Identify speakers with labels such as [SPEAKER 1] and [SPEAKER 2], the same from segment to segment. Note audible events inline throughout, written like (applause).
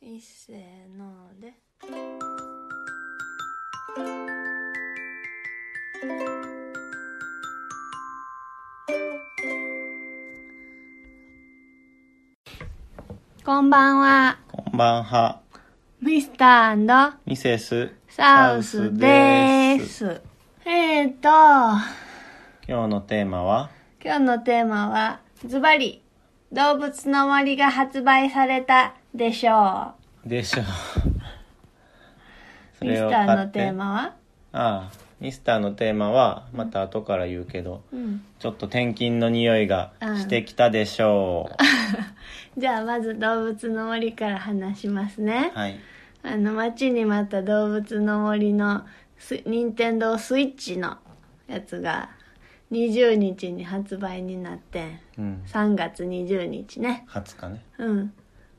[SPEAKER 1] いっせーのでこんばんは
[SPEAKER 2] こんばんは、
[SPEAKER 1] ミスター
[SPEAKER 2] ミセス
[SPEAKER 1] サウスです。えーと
[SPEAKER 2] 今日のテーマは、
[SPEAKER 1] 今日のテーマはズバリ動物の森が発売されたでしょ
[SPEAKER 2] でしょう。
[SPEAKER 1] う (laughs) ミスターのテー。マは
[SPEAKER 2] ああ、ミスターのテーマは、また後から言うけど、
[SPEAKER 1] うん
[SPEAKER 2] ちょっと転勤の匂いがしてきたでしょ
[SPEAKER 1] (laughs) じゃあまず動物の森から話しますね
[SPEAKER 2] う。。はい。
[SPEAKER 1] あの待ちに待った動物の森のス任天堂スイッチのやつが20日に発売になって
[SPEAKER 2] うん。
[SPEAKER 1] 3月20日ね。
[SPEAKER 2] 20日ね。
[SPEAKER 1] うん。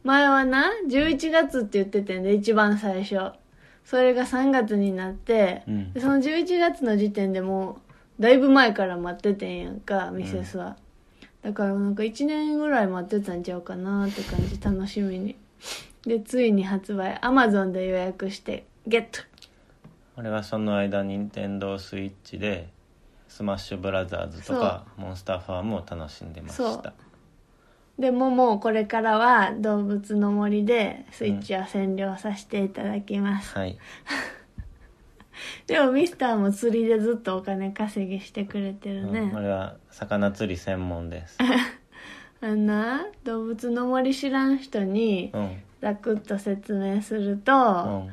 [SPEAKER 1] 前はな11月って言っててんで一番最初。それが3月になって、
[SPEAKER 2] うん
[SPEAKER 1] でその11月の時点でもうだいぶ前から待っててんやんかミセスは、だからなんか1年ぐらい待ってたんちゃうかなって感じ楽しみにでついに発売アマゾンで予約してゲット
[SPEAKER 2] 俺はその間、任天堂スイッチで、スマッシュブラザーズとか、モンスターファームを楽しんでまし
[SPEAKER 1] そう
[SPEAKER 2] た。
[SPEAKER 1] でももうこれからは動物の森でスイッチは占領させていただきます、
[SPEAKER 2] はい。
[SPEAKER 1] でもミスターも釣りでずっとお金稼ぎしてくれてるね、
[SPEAKER 2] うん俺は、魚釣り専門
[SPEAKER 1] (laughs)
[SPEAKER 2] です。
[SPEAKER 1] あんな動物の森知らん人に
[SPEAKER 2] うん。
[SPEAKER 1] ざくっと説明すると、
[SPEAKER 2] うん。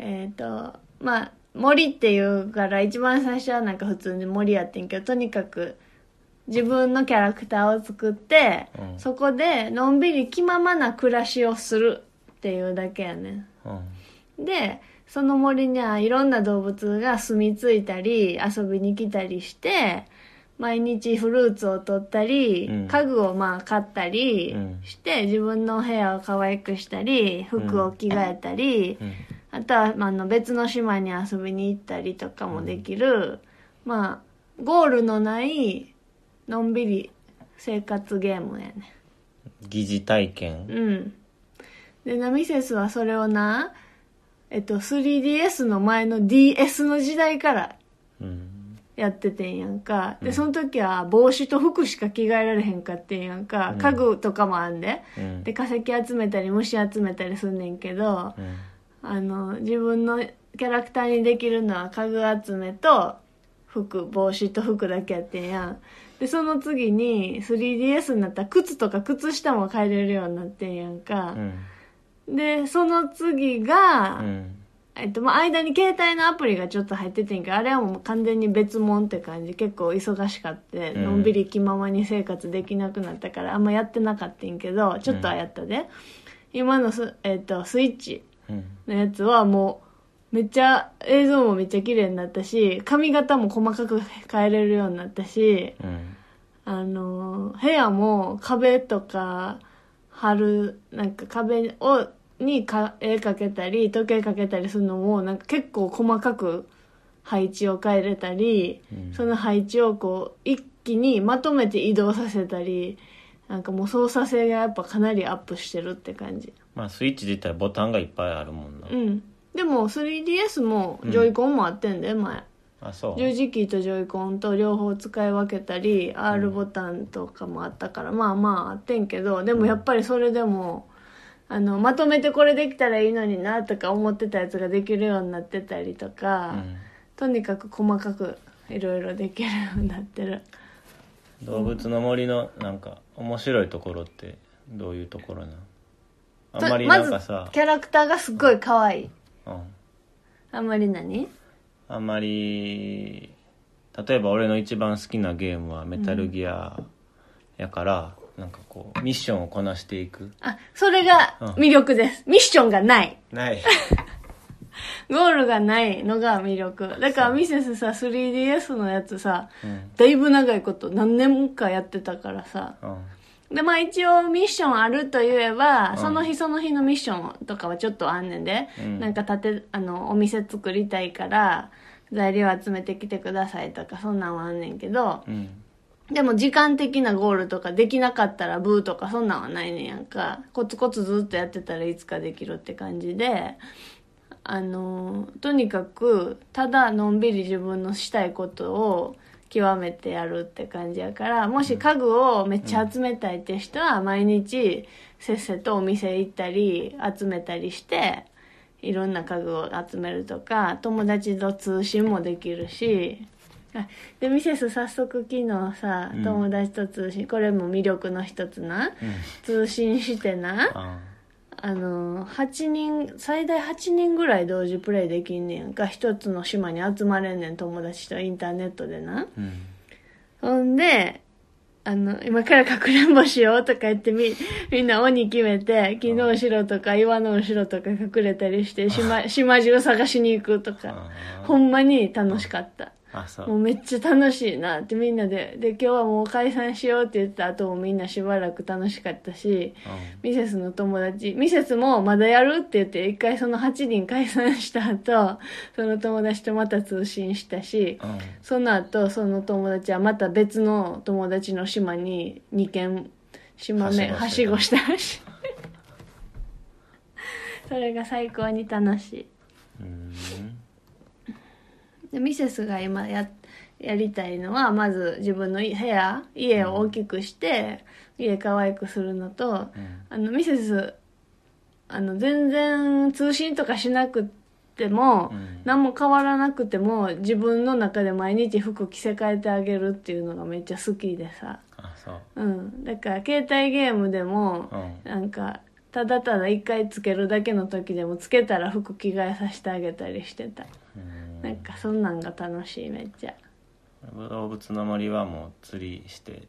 [SPEAKER 1] えっ、とまあ森っていうから一番最初はなんか普通に森やってんけどとにかく自分のキャラクターを作って、
[SPEAKER 2] うん
[SPEAKER 1] そこでのんびり気ままな暮らしをするっていうだけやね
[SPEAKER 2] うん。
[SPEAKER 1] んでその森にはいろんな動物が住み着いたり遊びに来たりして毎日フルーツを取ったり、
[SPEAKER 2] うん
[SPEAKER 1] 家具をまあ買ったり
[SPEAKER 2] うん
[SPEAKER 1] して、自分の部屋を可愛くしたり服を着替えたり、
[SPEAKER 2] うん。
[SPEAKER 1] あとは、まあ、あの別の島に遊びに行ったりとかもできる、まあゴールのないのんびり生活ゲームやね
[SPEAKER 2] 疑似体験。
[SPEAKER 1] うんでナミセスはそれをなえっと 3DS の前の DS の時代から
[SPEAKER 2] うん
[SPEAKER 1] やっててんやんかで、
[SPEAKER 2] うん
[SPEAKER 1] その時は帽子と服しか着替えられへんかってんやんか
[SPEAKER 2] うん
[SPEAKER 1] 家具とかもあんで、
[SPEAKER 2] うん
[SPEAKER 1] で化石集めたり虫集めたりすんねんけど、
[SPEAKER 2] うん
[SPEAKER 1] あの自分のキャラクターにできるのは家具集めと服帽子と服だけやってんやんでその次に 3DS になったら靴とか靴下も変えれるようになってんやんか
[SPEAKER 2] う、ん
[SPEAKER 1] でその次が、
[SPEAKER 2] うん
[SPEAKER 1] えっとまあ、間に携帯のアプリがちょっと入っててんけどあれはもう完全に別物って感じ結構忙しかって
[SPEAKER 2] うん
[SPEAKER 1] のんびり気ままに生活できなくなったからあんまやってなかったんけどちょっとはやったで、今のス,、えっとスイッチ
[SPEAKER 2] うん
[SPEAKER 1] のやつはもうめっちゃ映像もめっちゃ綺麗になったし髪型も細かく変えれるようになったし
[SPEAKER 2] うん
[SPEAKER 1] あのー部屋も壁とか貼るなんか壁をにか絵かけたり時計かけたりするのもなんか結構細かく配置を変えれたり、
[SPEAKER 2] うん
[SPEAKER 1] その配置をこう一気にまとめて移動させたりなんかもう操作性がやっぱかなりアップしてるって感じ。
[SPEAKER 2] まあスイッチ自体ボタンがいっぱいあるもんな
[SPEAKER 1] うんでも 3DS もジョイコンもあってんで、前
[SPEAKER 2] あそう
[SPEAKER 1] 十字キーとジョイコンと両方使い分けたり R ボタンとかもあったから、まあまああってんけどでもやっぱりそれでもあのまとめてこれできたらいいのになとか思ってたやつができるようになってたりと
[SPEAKER 2] う
[SPEAKER 1] か、
[SPEAKER 2] ん
[SPEAKER 1] とにかく細かくいろいろできるようになってる。
[SPEAKER 2] 動物の森のなんか面白いところってどういうところなのあんまり
[SPEAKER 1] と
[SPEAKER 2] なんか
[SPEAKER 1] ま
[SPEAKER 2] さ
[SPEAKER 1] ずキャラクターがすっごい可愛い
[SPEAKER 2] うん
[SPEAKER 1] あんまり何
[SPEAKER 2] あんまり例えば俺の一番好きなゲームはメタルギアやからなんかこうミッションをこなしていく
[SPEAKER 1] あそれが魅力です、ミッションがない
[SPEAKER 2] ない
[SPEAKER 1] ゴールがないのが魅力。だからミセスさ、3DS のやつさ、
[SPEAKER 2] うん
[SPEAKER 1] だいぶ長いこと何年かやってたからさ。
[SPEAKER 2] うん
[SPEAKER 1] で、まあ一応ミッションあると言えば、
[SPEAKER 2] ん
[SPEAKER 1] その日その日のミッションとかはちょっとあんねんで、
[SPEAKER 2] うん
[SPEAKER 1] なんか建て、あの、お店作りたいから、材料集めてきてくださいとか、そんなんはあんねんけど、
[SPEAKER 2] うん
[SPEAKER 1] でも時間的なゴールとかできなかったらブーとかそんなんはないねんやんか。コツコツずっとやってたらいつかできるって感じで、あの、とにかく、ただのんびり自分のしたいことを極めてやるって感じやから、もし家具をめっちゃ集めたいって人は毎日せっせとお店行ったり集めたりして、いろんな家具を集めるとか友達と通信もできるしあでミセス早速昨日さ
[SPEAKER 2] うん
[SPEAKER 1] 友達と通信、これも魅力の一つな
[SPEAKER 2] うん
[SPEAKER 1] 通信してな
[SPEAKER 2] あ
[SPEAKER 1] あの8人最大8人ぐらい同時プレイできんねやんか一つの島に集まれんねん友達とインターネットでな
[SPEAKER 2] ーう
[SPEAKER 1] ほ
[SPEAKER 2] ん
[SPEAKER 1] んであの今からかくれんぼしようとか言ってみみんな鬼決めて木の後ろとか岩の後ろとか隠れたりして島島中探しに行くとか
[SPEAKER 2] あ
[SPEAKER 1] ほんまに楽しかった
[SPEAKER 2] ーあそ
[SPEAKER 1] もう
[SPEAKER 2] う
[SPEAKER 1] めっちゃ楽しいなってみんなでで今日はもう解散しようって言った後もみんなしばらく楽しかったし
[SPEAKER 2] う
[SPEAKER 1] ミセスの友達、ミセスもまだやるって言って、一回その8人解散した後、その友達とまた通信したし、
[SPEAKER 2] んうん
[SPEAKER 1] その後、その友達はまた別の友達の島に2軒、島目、は
[SPEAKER 2] は
[SPEAKER 1] し
[SPEAKER 2] し
[SPEAKER 1] ご
[SPEAKER 2] ご
[SPEAKER 1] し
[SPEAKER 2] した
[SPEAKER 1] らしい。 (laughs) それが最高に楽しい。
[SPEAKER 2] うん
[SPEAKER 1] でミセスが今ややりたいのはまず自分のい部屋家を大きくして、家可愛くするのと、あのミセスあの全然通信とかしなくても、
[SPEAKER 2] うん
[SPEAKER 1] 何も変わらなくても自分の中で毎日服着せ替えてあげるっていうのがめっちゃ好きでさ、
[SPEAKER 2] あそう
[SPEAKER 1] うん、だから携帯ゲームでも、
[SPEAKER 2] うん
[SPEAKER 1] なんかただただ一回つけるだけの時でもつけたら服着替えさせてあげたりしてた。
[SPEAKER 2] うん
[SPEAKER 1] なんかそんなんが楽しいめっちゃ
[SPEAKER 2] 動物の森はもう釣りして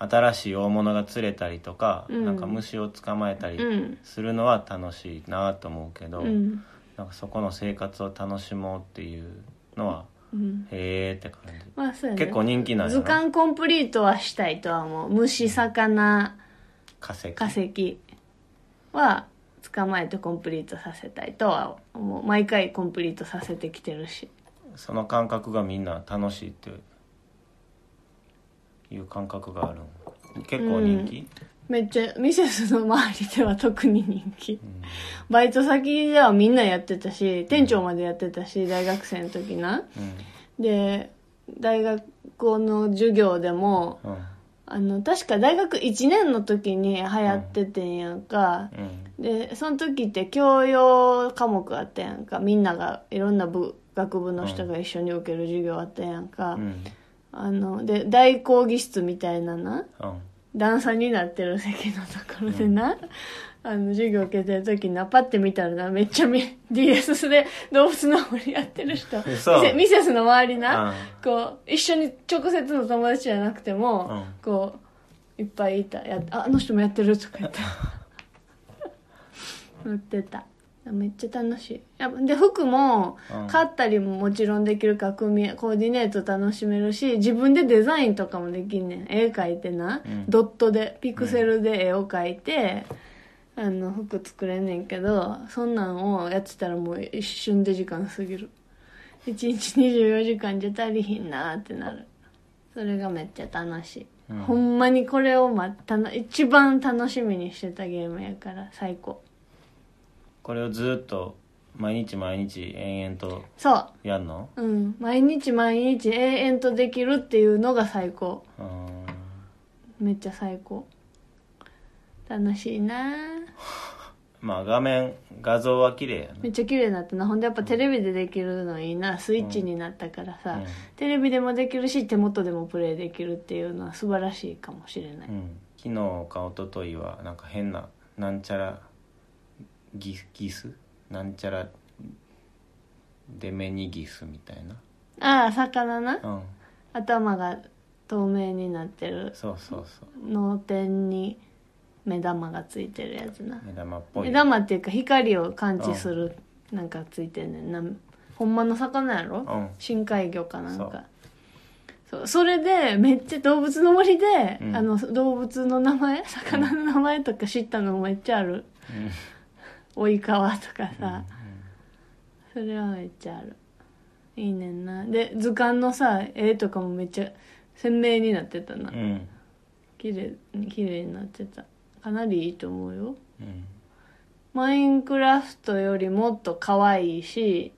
[SPEAKER 2] 新しい大物が釣れたりとか、
[SPEAKER 1] うん
[SPEAKER 2] なんか虫を捕まえたり
[SPEAKER 1] うん
[SPEAKER 2] するのは楽しいなと思うけ
[SPEAKER 1] う
[SPEAKER 2] ど、
[SPEAKER 1] ん
[SPEAKER 2] なんかそこの生活を楽しもうっていうのは、
[SPEAKER 1] うん
[SPEAKER 2] へえって感じ
[SPEAKER 1] まあそうやね
[SPEAKER 2] 結構人気なんや
[SPEAKER 1] 図
[SPEAKER 2] な
[SPEAKER 1] 鑑コンプリートはしたいとは思う虫魚
[SPEAKER 2] 化石
[SPEAKER 1] 化石は捕まえてコンプリートさせたいとは思う毎回コンプリートさせてきてるし
[SPEAKER 2] その感覚がみんな楽しいっていう感覚があるん結構人気、
[SPEAKER 1] めっちゃミセスの周りでは特に人気
[SPEAKER 2] うん
[SPEAKER 1] バイト先ではみんなやってたし店長までやってたし大学生の時なで大学校の授業でも
[SPEAKER 2] うん
[SPEAKER 1] あの確か大学1年の時に流行っててんやんか、
[SPEAKER 2] うん
[SPEAKER 1] でその時って教養科目あったやんかみんながいろんな部学部の人が一緒に受ける授業あったやんか、
[SPEAKER 2] うんうん
[SPEAKER 1] あので大講義室みたいなな
[SPEAKER 2] うん
[SPEAKER 1] 段差になってる席のところでな、あの授業受けてる時なパッて見たらなめっちゃみ DS で動物の森やってる
[SPEAKER 2] (laughs)
[SPEAKER 1] 人ミ
[SPEAKER 2] 嘘
[SPEAKER 1] セミセスの周りな、
[SPEAKER 2] うん
[SPEAKER 1] こう一緒に直接の友達じゃなくても、
[SPEAKER 2] うん
[SPEAKER 1] こういっぱいいたやああの人もやってるとか
[SPEAKER 2] (laughs)
[SPEAKER 1] 言ってやってためっちゃ楽しいやっぱで服も
[SPEAKER 2] うん
[SPEAKER 1] 買ったりももちろんできるから組みコーディネート楽しめるし自分でデザインとかもできんねん絵描いてな、
[SPEAKER 2] うん
[SPEAKER 1] ドットでピクセルで絵を描いて、あの服作れんねんけどそんなんをやってたらもう一瞬で時間過ぎる1日24時間じゃ足りひんなーってなるそれがめっちゃ楽しい、
[SPEAKER 2] うん
[SPEAKER 1] ほんまにこれをまたの一番楽しみにしてたゲームやから最高
[SPEAKER 2] これをずっと毎日毎日延々と
[SPEAKER 1] そう
[SPEAKER 2] やんの
[SPEAKER 1] うん毎日毎日永遠とできるっていうのが最高
[SPEAKER 2] うん
[SPEAKER 1] めっちゃ最高楽しいなあ
[SPEAKER 2] まあ画面画像は綺麗や
[SPEAKER 1] めっちゃ綺麗になったなほんでやっぱテレビでできるのいいなスイッチになったからさ、
[SPEAKER 2] な、うん
[SPEAKER 1] テレビでもできるし手元でもプレイできるっていうのは素晴らしいかもしれない、
[SPEAKER 2] うん、昨日か一昨日はなんか変ななんちゃらギギスなんちゃらデメニギスみたいな
[SPEAKER 1] ああ魚な
[SPEAKER 2] うん
[SPEAKER 1] 頭が透明になってる
[SPEAKER 2] そうそうそう
[SPEAKER 1] 脳天に目玉がついてるやつな
[SPEAKER 2] 目玉っぽい
[SPEAKER 1] 目玉っていうか光を感知するなんかついてんねんなほんまの魚やろ、
[SPEAKER 2] うん
[SPEAKER 1] 深海魚かなんかそうそれでめっちゃ動物の森で、
[SPEAKER 2] うん
[SPEAKER 1] あの動物の名前魚の名前とか知ったのめっちゃある
[SPEAKER 2] うん
[SPEAKER 1] オイカワとかさ、それはめっちゃあるいいねんなで図鑑のさ絵とかもめっちゃ鮮明になってたな
[SPEAKER 2] うん
[SPEAKER 1] 綺麗に綺麗になってたかなりいいと思うよ
[SPEAKER 2] うん
[SPEAKER 1] マインクラフトよりもっと可愛いし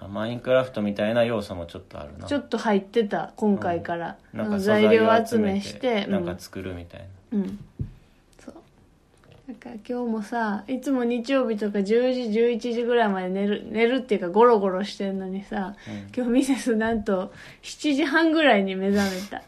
[SPEAKER 2] あマインクラフトみたいな要素もちょっとあるな
[SPEAKER 1] ちょっと入ってた今回から、
[SPEAKER 2] なん
[SPEAKER 1] あ
[SPEAKER 2] か
[SPEAKER 1] の
[SPEAKER 2] 素
[SPEAKER 1] 材
[SPEAKER 2] 材
[SPEAKER 1] 料
[SPEAKER 2] を集
[SPEAKER 1] 集
[SPEAKER 2] め
[SPEAKER 1] め
[SPEAKER 2] て
[SPEAKER 1] して
[SPEAKER 2] なんか作るみたいな、
[SPEAKER 1] うん、うん、そうなんか今日もさいつも日曜日とか10時11時ぐらいまで寝る寝るっていうかゴロゴロしてんのにさ
[SPEAKER 2] うん
[SPEAKER 1] 今日ミセスなんと7時半ぐらいに目覚め
[SPEAKER 2] (laughs)
[SPEAKER 1] た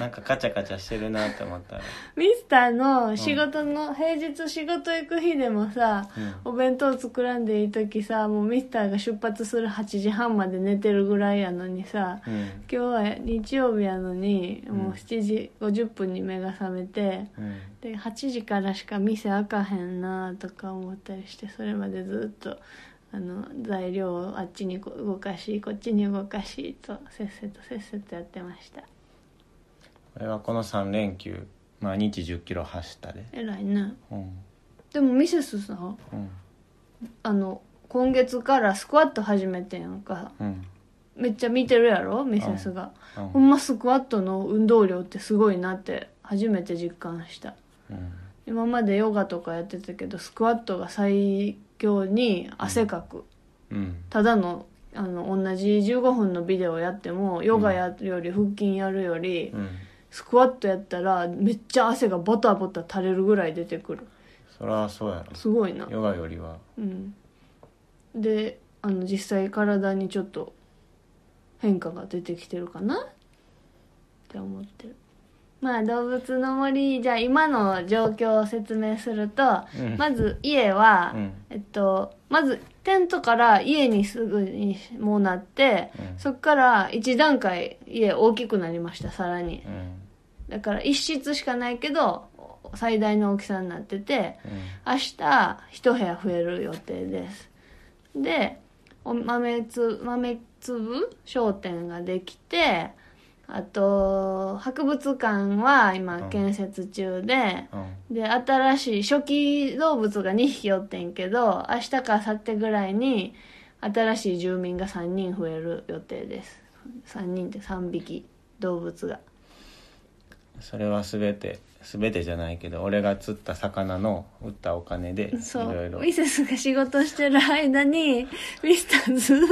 [SPEAKER 2] なんかカチャカチャしてるなって思ったら、
[SPEAKER 1] ミスターの仕事の、平日仕事行く日でもさ、
[SPEAKER 2] うん
[SPEAKER 1] お弁当作らんでいい時さもうミスターが出発する8時半まで寝てるぐらいやのにさ
[SPEAKER 2] うん
[SPEAKER 1] 今日は日曜日やのに
[SPEAKER 2] うん
[SPEAKER 1] もう7時50分に目が覚めて、
[SPEAKER 2] うん、
[SPEAKER 1] で8時からしか店開かへんなとか思ったりしてそれまでずっとあの材料をあっちにこ動かしこっちに動かしとせっせとせっせとやってました
[SPEAKER 2] 俺はこの3連休毎日1 0キロ走ったで
[SPEAKER 1] 偉いな
[SPEAKER 2] うん
[SPEAKER 1] でもミセスさん
[SPEAKER 2] うん
[SPEAKER 1] あの今月からスクワット始めてんやんか
[SPEAKER 2] うん
[SPEAKER 1] めっちゃ見てるやろミセスが、
[SPEAKER 2] うん
[SPEAKER 1] ほんまスクワットの運動量ってすごいなって初めて実感した
[SPEAKER 2] うん
[SPEAKER 1] 今までヨガとかやってたけどスクワットが最強に汗かく、
[SPEAKER 2] うん
[SPEAKER 1] ただのあの同じ15分のビデオやってもヨガやるより腹筋やるより、
[SPEAKER 2] うん
[SPEAKER 1] スクワットやったらめっちゃ汗がバタバタ垂れるぐらい出てくる
[SPEAKER 2] そりゃそうや
[SPEAKER 1] すごいな
[SPEAKER 2] ろヨガよりは
[SPEAKER 1] うん、であの実際体にちょっと変化が出てきてるかなって思ってるまあ動物の森じゃあ今の状況を説明すると、
[SPEAKER 2] うん
[SPEAKER 1] まず家は、
[SPEAKER 2] うん
[SPEAKER 1] えっとまずテントから家にすぐにもうなって、
[SPEAKER 2] うん
[SPEAKER 1] そっから一段階家大きくなりましたさらに
[SPEAKER 2] うん
[SPEAKER 1] だから一室しかないけど最大の大きさになってて、
[SPEAKER 2] うん
[SPEAKER 1] 明日一部屋増える予定ですでお豆つ豆粒商店ができてあと博物館は
[SPEAKER 2] う
[SPEAKER 1] 今
[SPEAKER 2] ん
[SPEAKER 1] 建設中で、
[SPEAKER 2] うん
[SPEAKER 1] で新しい初期動物が2匹おってんけど明日か明後日ぐらいに新しい住民が3人増える予定です3人って3匹動物が
[SPEAKER 2] それは全て全てじゃないけど俺が釣った魚の売ったお金でい
[SPEAKER 1] そ
[SPEAKER 2] ろいうろ
[SPEAKER 1] ミセスが仕事してる間にミスターずーっ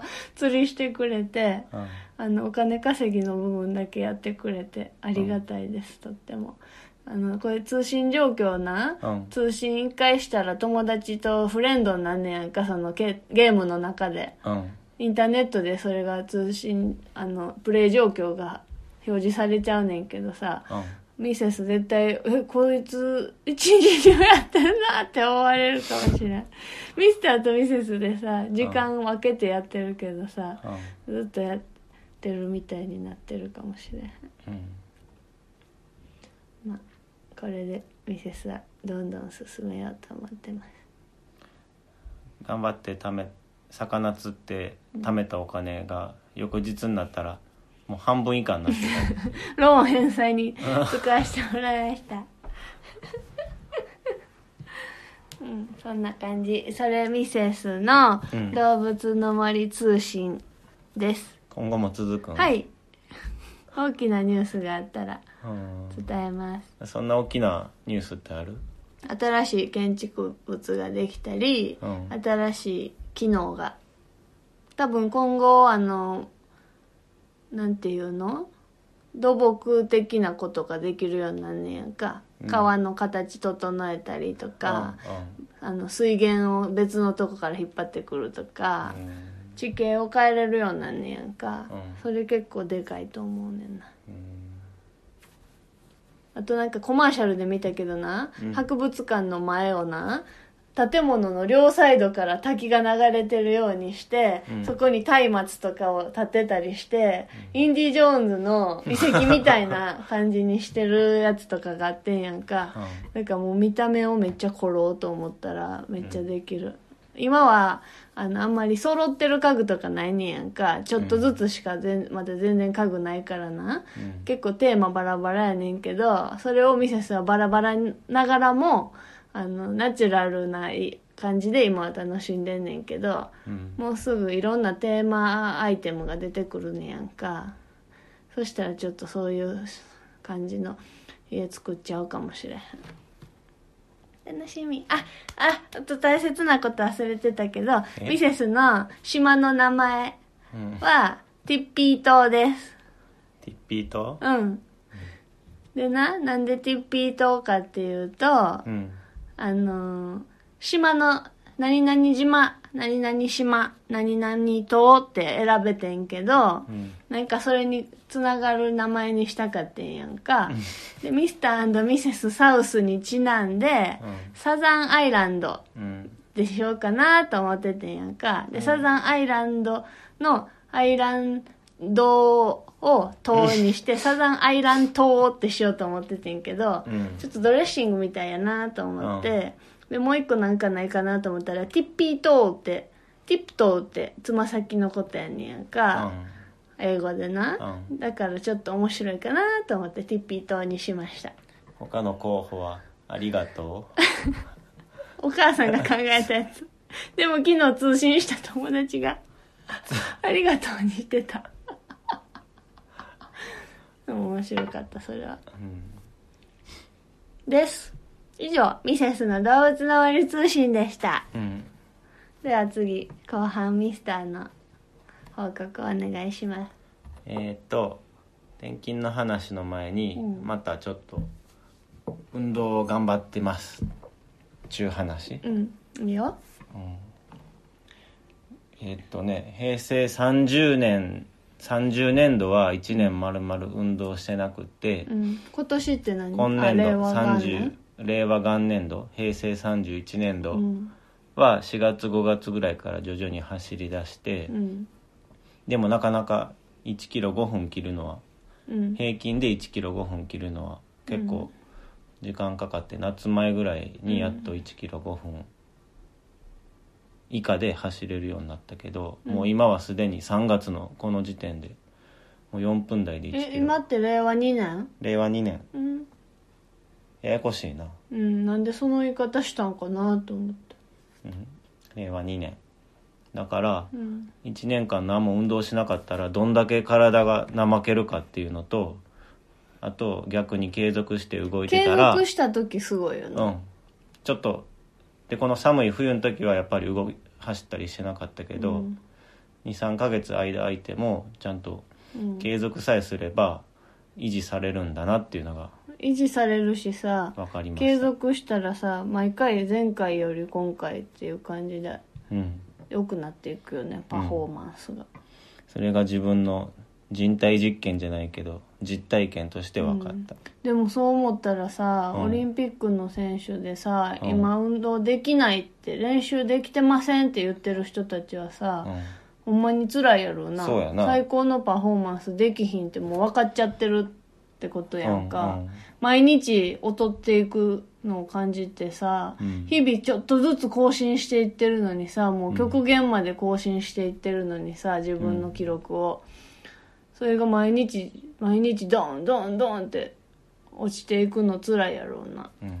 [SPEAKER 1] と釣りしてくれて
[SPEAKER 2] うん
[SPEAKER 1] あのお金稼ぎの部分だけやってくれてありがたいです、とってもあのこれ通信状況な、
[SPEAKER 2] うん
[SPEAKER 1] 通信1回したら友達とフレンドになんねやんかそのゲゲームの中で
[SPEAKER 2] うん
[SPEAKER 1] インターネットでそれが通信あのプレイ状況が表示されちゃうねんけどさ、
[SPEAKER 2] うん
[SPEAKER 1] ミセス絶対、え、こいつ、一日中やってんなって思われるかもしれん。 (laughs) ミスターとミセスでさ、時間分けてやってるけどさ、
[SPEAKER 2] うん
[SPEAKER 1] ずっとやってるみたいになってるかもしれん。
[SPEAKER 2] うん
[SPEAKER 1] まあ、これでミセスはどんどん進めようと思ってます。
[SPEAKER 2] 頑張って貯め魚釣って貯めたお金が翌日になったらもう半分以下になって
[SPEAKER 1] ローン返済に使わせてもらいました。 (laughs) うん、そんな感じ。それミセスの
[SPEAKER 2] うん
[SPEAKER 1] 動物の森通信です。
[SPEAKER 2] た今後も続くん
[SPEAKER 1] はい。大きなニュースがあったら
[SPEAKER 2] うん
[SPEAKER 1] 伝えます。
[SPEAKER 2] そんな大きなニュースってある
[SPEAKER 1] 新しい建築物ができたり、
[SPEAKER 2] うん
[SPEAKER 1] 新しい機能が。多分今後、あの、なんていうの土木的なことができるようになんねやんか。
[SPEAKER 2] うん
[SPEAKER 1] 川の形整えたりとか、
[SPEAKER 2] うん
[SPEAKER 1] あの水源を別のとこから引っ張ってくるとか、
[SPEAKER 2] うん
[SPEAKER 1] 地形を変えれるようになんねやんか、
[SPEAKER 2] うん
[SPEAKER 1] それ結構でかいと思うねんな
[SPEAKER 2] うん
[SPEAKER 1] あとなんかコマーシャルで見たけどな、
[SPEAKER 2] うん
[SPEAKER 1] 博物館の前をな建物の両サイドから滝が流れてるようにして、
[SPEAKER 2] うん
[SPEAKER 1] そこに松明とかを建てたりして、インディ・ジョーンズの遺跡みたいな感じにしてるやつとかがあってんやんか、
[SPEAKER 2] うん
[SPEAKER 1] なんかもう見た目をめっちゃ凝ろうと思ったらめっちゃできる、今はあのあんまり揃ってる家具とかないねんやんかちょっとずつしか全、まだ全然家具ないからな、
[SPEAKER 2] うん
[SPEAKER 1] 結構テーマバラバラやねんけどそれをミセスはバラバラながらもあのナチュラルない感じで今は楽しんでんねんけど
[SPEAKER 2] うん
[SPEAKER 1] もうすぐいろんなテーマアイテムが出てくるねやんかそしたらちょっとそういう感じの家作っちゃうかもしれへん楽しみあああと大切なこと忘れてたけど
[SPEAKER 2] え
[SPEAKER 1] ミセスの島の名前
[SPEAKER 2] うん、
[SPEAKER 1] はティッピー島です
[SPEAKER 2] ティッピーと
[SPEAKER 1] うんでななんでティッピー島かっていうとあ
[SPEAKER 2] うん
[SPEAKER 1] のー島の何々島何々島何々島って選べてんけど
[SPEAKER 2] うん
[SPEAKER 1] なんかそれにつながる名前にしたかってんやんかでミスターミセスサウスにちなんでサザンアイランド
[SPEAKER 2] うんうん
[SPEAKER 1] でしようかなと思っててんやんかで、
[SPEAKER 2] うん
[SPEAKER 1] サザンアイランドのアイランドを島にしてサザンアイラン島ってしようと思っててんけど、
[SPEAKER 2] うん
[SPEAKER 1] ちょっとドレッシングみたいやなと思って、でもう一個なんかないかなと思ったらティッピー島ってティップ島ってつま先のことやねんやんか、英語でな、
[SPEAKER 2] う
[SPEAKER 1] だからちょっと面白いかなと思ってティッピー島にしました
[SPEAKER 2] 他の候補は「ありがと
[SPEAKER 1] お母さんが考えたやつ。でも昨日通信した友達が、ありがとうにしてた。でも面白かった、それは。
[SPEAKER 2] う」うん
[SPEAKER 1] です。以上、ミセスの動物の森通信でした。
[SPEAKER 2] うん
[SPEAKER 1] では次、後半ミスターの報告をお願いします。
[SPEAKER 2] えーっと転勤の話の前に、
[SPEAKER 1] うん
[SPEAKER 2] またちょっと運動を頑張ってますちゅう話、
[SPEAKER 1] うん、いいよ。
[SPEAKER 2] えーっとね平成30年30年度は1年まるまる運動してなくて、
[SPEAKER 1] うん。今年って何
[SPEAKER 2] 今年度
[SPEAKER 1] あ令和元
[SPEAKER 2] 30
[SPEAKER 1] 年
[SPEAKER 2] 令和元年度平成31年
[SPEAKER 1] う
[SPEAKER 2] 度
[SPEAKER 1] ん。
[SPEAKER 2] は4月5月ぐらいから徐々に走り出して、
[SPEAKER 1] うん。
[SPEAKER 2] でもなかなか1キロ5分切るのは
[SPEAKER 1] うん。
[SPEAKER 2] 平均で1キロ5分切るのは結構時間かかって、夏前ぐらいにやっと1キロ5分以下で走れるようになったけど、
[SPEAKER 1] うん
[SPEAKER 2] もう今はすでに3月のこの時点でもう4分台で1
[SPEAKER 1] え、
[SPEAKER 2] キロ
[SPEAKER 1] 今って令和2年
[SPEAKER 2] 令和2年
[SPEAKER 1] うん。
[SPEAKER 2] ややこしいな、
[SPEAKER 1] うん、なんでその言い方したんかなと思って。
[SPEAKER 2] うん、令和2年だから
[SPEAKER 1] うん。
[SPEAKER 2] 1年間何も運動しなかったらどんだけ体が怠けるかっていうのとあと逆に継続して動いて
[SPEAKER 1] 継
[SPEAKER 2] たら
[SPEAKER 1] 続した時すごいよね。
[SPEAKER 2] うん、ちょっとでこの寒い冬の時はやっぱり動き走ったりしてなかったけど、
[SPEAKER 1] うん
[SPEAKER 2] 23ヶ月間空いてもちゃんと
[SPEAKER 1] うん
[SPEAKER 2] 継続さえすれば維持されるんだなっていうのが
[SPEAKER 1] 維持されるしさ、
[SPEAKER 2] 分かりました
[SPEAKER 1] 継続したらさ、毎回前回より今回っていう感じで
[SPEAKER 2] うん、
[SPEAKER 1] 良くなっていくよね、パフォーマンスが。
[SPEAKER 2] それが自分の人体実験じゃないけど実体験として分かった、
[SPEAKER 1] でもそう思ったらさ、
[SPEAKER 2] うん
[SPEAKER 1] オリンピックの選手でさ、
[SPEAKER 2] うん
[SPEAKER 1] 今運動できないって、練習できてませんって言ってる人たちはさ、
[SPEAKER 2] うん
[SPEAKER 1] ほんまに辛いやろうな
[SPEAKER 2] そうやな
[SPEAKER 1] 最高のパフォーマンスできひんってもう分かっちゃってるってことやんか、
[SPEAKER 2] うん
[SPEAKER 1] 毎日劣っていくのを感じてさ、
[SPEAKER 2] うん
[SPEAKER 1] 日々ちょっとずつ更新していってるのにさもう極限まで更新していってるのにさ自分の記録を、それが毎日毎日ドンドンドンって落ちていくの辛いやろうな
[SPEAKER 2] うん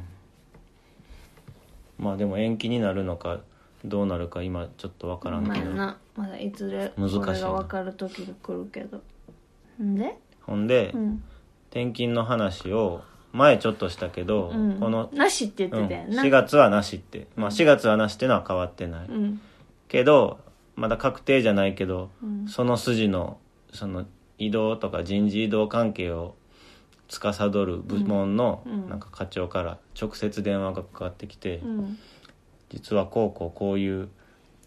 [SPEAKER 2] まあでも延期になるのかどうなるか今ちょっと分からん
[SPEAKER 1] まあ
[SPEAKER 2] けど、
[SPEAKER 1] なまだいずれこ
[SPEAKER 2] 難しいな
[SPEAKER 1] れが分かる時が来るけどんで
[SPEAKER 2] ほんで、
[SPEAKER 1] うん
[SPEAKER 2] 転勤の話を前ちょっとしたけど、
[SPEAKER 1] うん
[SPEAKER 2] この、
[SPEAKER 1] なしって言
[SPEAKER 2] う
[SPEAKER 1] っ
[SPEAKER 2] ん、
[SPEAKER 1] てたよな、
[SPEAKER 2] 4月はなしって、まあ、4月はなしってのは変わってない、
[SPEAKER 1] うん
[SPEAKER 2] けどまだ確定じゃないけど、
[SPEAKER 1] うん
[SPEAKER 2] その筋のその移動とか人事異動関係を司る部門の
[SPEAKER 1] うんうん
[SPEAKER 2] なんか課長から直接電話がかかってきて、
[SPEAKER 1] うん
[SPEAKER 2] 実はこうこうこういう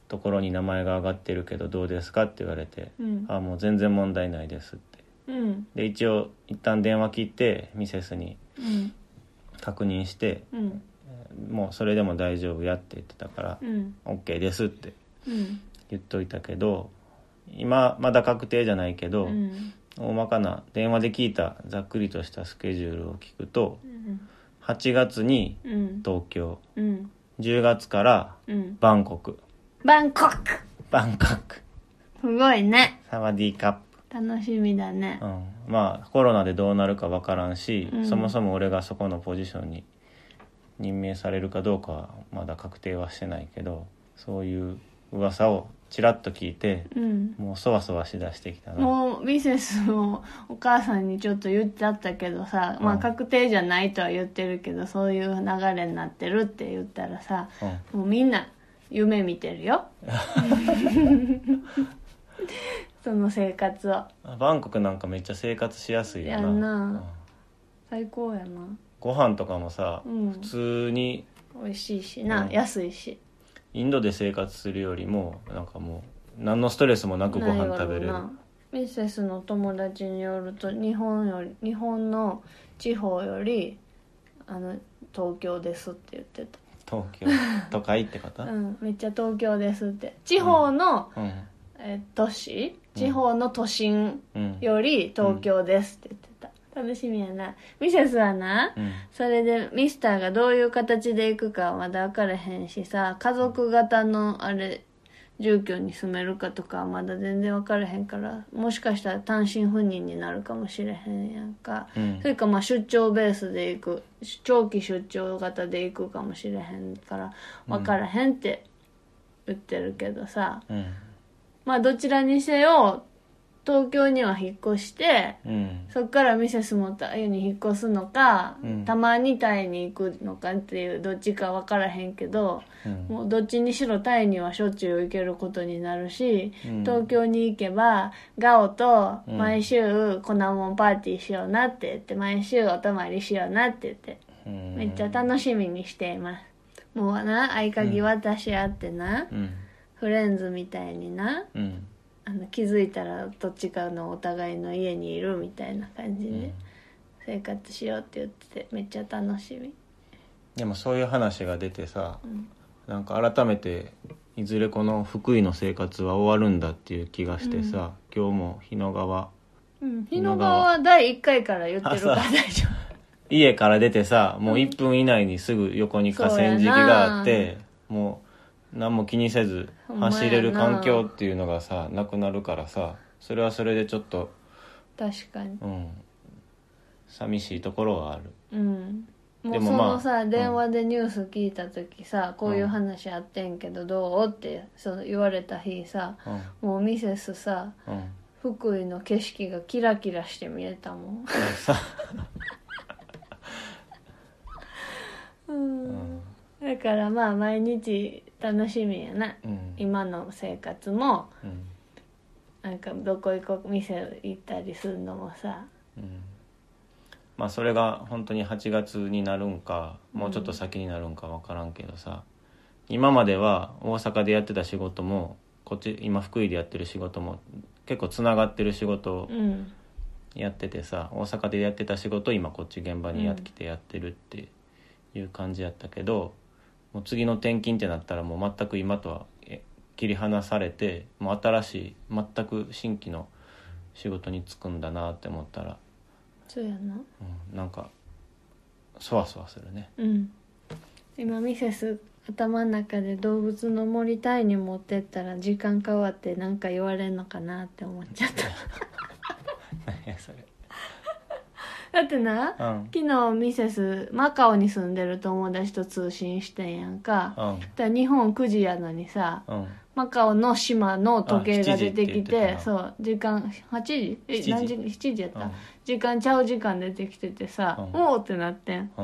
[SPEAKER 2] ところに名前が上がってるけどどうですかって言われて
[SPEAKER 1] う
[SPEAKER 2] 「
[SPEAKER 1] ん
[SPEAKER 2] あもう全然問題ないです」って
[SPEAKER 1] うん
[SPEAKER 2] で一応一旦電話切ってミセスに
[SPEAKER 1] うん
[SPEAKER 2] 確認して
[SPEAKER 1] うん
[SPEAKER 2] もうそれでも大丈夫やって言ってたから
[SPEAKER 1] うん
[SPEAKER 2] OK ですって
[SPEAKER 1] うん
[SPEAKER 2] 言っといたけど今まだ確定じゃないけど、
[SPEAKER 1] うん
[SPEAKER 2] 大まかな電話で聞いたざっくりとしたスケジュールを聞くと
[SPEAKER 1] うん
[SPEAKER 2] 8月に
[SPEAKER 1] うん
[SPEAKER 2] 東京
[SPEAKER 1] うん
[SPEAKER 2] 10月から
[SPEAKER 1] うん
[SPEAKER 2] バンコク
[SPEAKER 1] バンコク
[SPEAKER 2] バンコク
[SPEAKER 1] すごいね
[SPEAKER 2] サワディーカップ
[SPEAKER 1] 楽しみだね
[SPEAKER 2] うん、まあコロナでどうなるか分からんし、
[SPEAKER 1] うん
[SPEAKER 2] そもそも俺がそこのポジションに任命されるかどうかはまだ確定はしてないけどそういう噂をちらっと聞いて
[SPEAKER 1] うん
[SPEAKER 2] もうそわそわしだしてきたな
[SPEAKER 1] もうビセスもお母さんにちょっと言ってあったけどさ、ま
[SPEAKER 2] う
[SPEAKER 1] あ
[SPEAKER 2] ん
[SPEAKER 1] 確定じゃないとは言ってるけどそういう流れになってるって言ったらさ
[SPEAKER 2] うん
[SPEAKER 1] もうみんな夢見てるよその生活を
[SPEAKER 2] あバンコクなんかめっちゃ生活しやすいよな
[SPEAKER 1] やんな
[SPEAKER 2] うん
[SPEAKER 1] 最高やな
[SPEAKER 2] ご飯とかもさ、
[SPEAKER 1] うん
[SPEAKER 2] 普通に
[SPEAKER 1] 美味しいしな、
[SPEAKER 2] うん
[SPEAKER 1] 安いし
[SPEAKER 2] インドで生活するよりもなんかもう何のストレスもなくご
[SPEAKER 1] ない
[SPEAKER 2] 飯
[SPEAKER 1] わ
[SPEAKER 2] 食
[SPEAKER 1] ろ
[SPEAKER 2] べ
[SPEAKER 1] う
[SPEAKER 2] れる
[SPEAKER 1] なミセスの友達によると日本より日本の地方よりあの東京ですって言って
[SPEAKER 2] 東京都会って方
[SPEAKER 1] た、うん、めっちゃ東京ですって地方の、
[SPEAKER 2] うん
[SPEAKER 1] え都市地方の都心
[SPEAKER 2] うん
[SPEAKER 1] より東京ですって言ってた、楽しみやなミセスはな、
[SPEAKER 2] うん
[SPEAKER 1] それでミスターがどういう形で行くかはまだ分からへんしさ家族型のあれ住居に住めるかとかはまだ全然分からへんからもしかしたら単身赴任になるかもしれへんやんか、
[SPEAKER 2] うん
[SPEAKER 1] それかまあ出張ベースで行く長期出張型で行くかもしれへんから分からへんって言ってるけどさ、
[SPEAKER 2] うん
[SPEAKER 1] まあどちらにせよ東京には引っ越して
[SPEAKER 2] うん
[SPEAKER 1] そっからミセスもタイに引っ越すのか、
[SPEAKER 2] うん
[SPEAKER 1] たまにタイに行くのかっていうどっちか分からへんけど、
[SPEAKER 2] うん
[SPEAKER 1] もうどっちにしろタイにはしょっちゅう行けることになるし、
[SPEAKER 2] うん
[SPEAKER 1] 東京に行けばガオと
[SPEAKER 2] うん
[SPEAKER 1] 毎週粉もんパーティーしようなって言って毎週お泊まりしようなって言って
[SPEAKER 2] うん
[SPEAKER 1] めっちゃ楽しみにしています。もうな合鍵渡し合ってな、
[SPEAKER 2] うん
[SPEAKER 1] フレンズみたいにな
[SPEAKER 2] うん
[SPEAKER 1] あの気づいたらどっちかのお互いの家にいるみたいな感じで。
[SPEAKER 2] うん
[SPEAKER 1] 生活しようって言っててめっちゃ楽しみ
[SPEAKER 2] でもそういう話が出てさ、
[SPEAKER 1] ん
[SPEAKER 2] なんか改めていずれこの福井の生活は終わるんだっていう気がしてさ、今日も日野川
[SPEAKER 1] うん日
[SPEAKER 2] 日
[SPEAKER 1] 野
[SPEAKER 2] 野
[SPEAKER 1] 川
[SPEAKER 2] 川
[SPEAKER 1] は第1回から言ってるから
[SPEAKER 2] あ
[SPEAKER 1] 大
[SPEAKER 2] そ
[SPEAKER 1] 丈
[SPEAKER 2] 家から出てさもう1分以内にすぐ横に河川敷があってもう何も気にせず
[SPEAKER 1] ほんまやな
[SPEAKER 2] 走れる環境っていうのがさなくなるからさそれはそれでちょっと
[SPEAKER 1] 夫 (laughs) 確かに
[SPEAKER 2] うん寂しいところはある
[SPEAKER 1] うんも
[SPEAKER 2] で
[SPEAKER 1] う
[SPEAKER 2] も
[SPEAKER 1] そ
[SPEAKER 2] まあ
[SPEAKER 1] のさ、
[SPEAKER 2] うん
[SPEAKER 1] 電話でニュース聞いた時さこういう話あってんけどどうってその言われた日さ
[SPEAKER 2] う
[SPEAKER 1] もうミセスさ
[SPEAKER 2] んうん
[SPEAKER 1] 福井の景色がキラキラして見えたもん
[SPEAKER 2] さ、
[SPEAKER 1] うん
[SPEAKER 2] うん
[SPEAKER 1] (laughs) だからまあ毎日楽しみやな
[SPEAKER 2] うん
[SPEAKER 1] 今の生活も
[SPEAKER 2] うん
[SPEAKER 1] なんかどこ行こう店行ったりするのもさ
[SPEAKER 2] うんまあそれが本当に8月になるんかもうちょっと先になるんか分からんけどさ、今までは大阪でやってた仕事もこっち今福井でやってる仕事も結構つながってる仕事を
[SPEAKER 1] うん
[SPEAKER 2] やっててさ、大阪でやってた仕事を今こっち現場にやってきてやってるっていう感じやったけど、もう次の転勤ってなったらもう全く今とはえ切り離されてもう新しい全く新規の仕事に就くんだなって思ったら
[SPEAKER 1] そうやな
[SPEAKER 2] うんなんかそわそわす
[SPEAKER 1] (laughs)
[SPEAKER 2] るね
[SPEAKER 1] うん今ミセス頭の中で動物の森タイに持ってったら時間変わってなんか言われんのかなって思っちゃった
[SPEAKER 2] (laughs) 何やそれ
[SPEAKER 1] だってな
[SPEAKER 2] うん
[SPEAKER 1] 昨日ミセスマカオに住んでる友達と通信してんやんか
[SPEAKER 2] うん
[SPEAKER 1] だから日本9時やのにさ
[SPEAKER 2] うん
[SPEAKER 1] マカオの島の時計が出てき
[SPEAKER 2] あ7時って言って
[SPEAKER 1] て
[SPEAKER 2] たな
[SPEAKER 1] そう時間8時え
[SPEAKER 2] 7時
[SPEAKER 1] 何時7時やった、
[SPEAKER 2] うん
[SPEAKER 1] 時間ちゃう時間出てきててさ、
[SPEAKER 2] うん
[SPEAKER 1] おおってなってん
[SPEAKER 2] う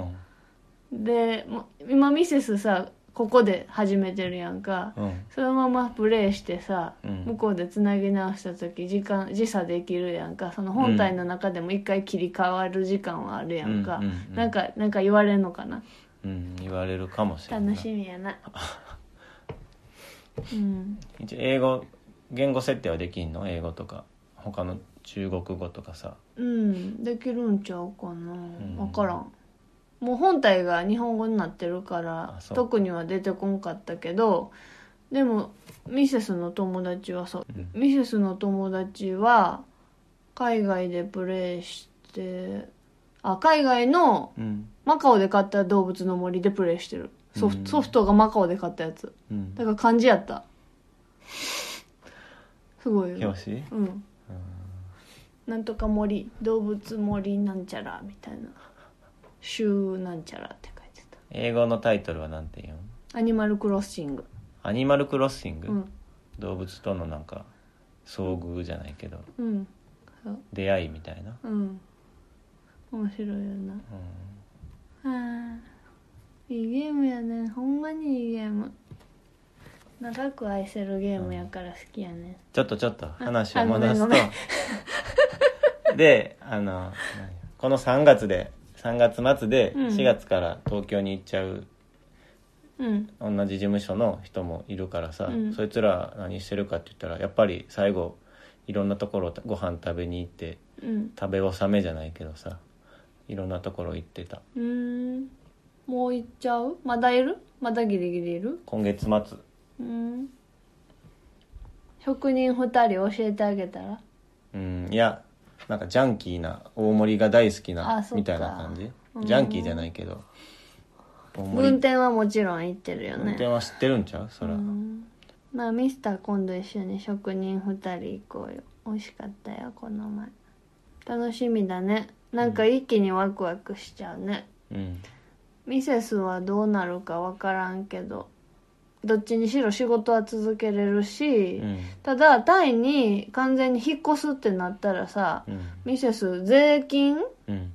[SPEAKER 2] ん
[SPEAKER 1] でも今ミセスさここで始めてるやんか、
[SPEAKER 2] うん
[SPEAKER 1] そのままプレイしてさ、
[SPEAKER 2] うん
[SPEAKER 1] 向こうでつなぎ直した時時間時差できるやんかその本体の中でも一回切り替わる時間はあるやんか、
[SPEAKER 2] うんうんうん
[SPEAKER 1] なんかなんか言われんのかな
[SPEAKER 2] うん言われるかもしれない
[SPEAKER 1] 楽しみや
[SPEAKER 2] (laughs)
[SPEAKER 1] なうん
[SPEAKER 2] 一応英語言語設定はできんの英語とか他の中国語とかさ
[SPEAKER 1] うんできるんちゃうかな、
[SPEAKER 2] ん
[SPEAKER 1] 分からんもう本体が日本語になってるから
[SPEAKER 2] あそう
[SPEAKER 1] 特には出てこんかったけどでもミセスの友達はそう
[SPEAKER 2] うん
[SPEAKER 1] ミセスの友達は海外でプレイしてあ海外の
[SPEAKER 2] うん
[SPEAKER 1] マカオで買った動物の森でプレイしてるソフ
[SPEAKER 2] うん
[SPEAKER 1] トソフトがマカオで買ったやつ
[SPEAKER 2] うん
[SPEAKER 1] だから漢字やったすごいよね
[SPEAKER 2] 表紙
[SPEAKER 1] うんなんとか森動物森なんちゃらみたいな「週なんちゃら」って書いて
[SPEAKER 2] 英語のタイトルはなんて言うん
[SPEAKER 1] た「アニマルクロッシング
[SPEAKER 2] アニマルクロッシン」グ、
[SPEAKER 1] うん
[SPEAKER 2] 動物とのなんか遭遇じゃないけど
[SPEAKER 1] うんそう
[SPEAKER 2] 出会いみたいな、
[SPEAKER 1] うん面白いよな
[SPEAKER 2] う
[SPEAKER 1] あーいいゲームやねほんまにいいゲーム長く愛せるゲームやから好きやね、
[SPEAKER 2] ん、ちょっとちょっと話
[SPEAKER 1] あ
[SPEAKER 2] を
[SPEAKER 1] ごめん
[SPEAKER 2] 戻す
[SPEAKER 1] ごめん
[SPEAKER 2] と (laughs) であの何この3月で3月末で
[SPEAKER 1] うん
[SPEAKER 2] 4月から東京に行っちゃう
[SPEAKER 1] うん
[SPEAKER 2] 同じ事務所の人もいるからさ、
[SPEAKER 1] うん
[SPEAKER 2] そいつら何してるかって言ったらやっぱり最後いろんなところご飯食べに行って
[SPEAKER 1] うん
[SPEAKER 2] 食べ納めじゃないけどさいろんなところ行ってた
[SPEAKER 1] うーんもう行っちゃうまだいるまだギリギリいる
[SPEAKER 2] 今月末
[SPEAKER 1] うん職人2人教えてあげたら
[SPEAKER 2] うんいやなんかジャンキーな大盛りが大好き
[SPEAKER 1] あ
[SPEAKER 2] な
[SPEAKER 1] そっか
[SPEAKER 2] みたいな感じ
[SPEAKER 1] うん
[SPEAKER 2] ジャンキーじゃないけど大
[SPEAKER 1] 運
[SPEAKER 2] 盛り
[SPEAKER 1] 転はもちろん行ってるよ
[SPEAKER 2] 運転
[SPEAKER 1] ね
[SPEAKER 2] は知ってるんちゃうそら、
[SPEAKER 1] うんまあミスター今度一緒に職人2人行こうよ美味しかったよこの前楽しみだねなんか一気にワクワクしちゃうね、
[SPEAKER 2] うん
[SPEAKER 1] ミセスはどうなるか分からんけどどっちにしろ仕事は続けれるし、
[SPEAKER 2] うん
[SPEAKER 1] ただタイに完全に引っ越すってなったらさ、
[SPEAKER 2] うん
[SPEAKER 1] ミセス税金
[SPEAKER 2] うん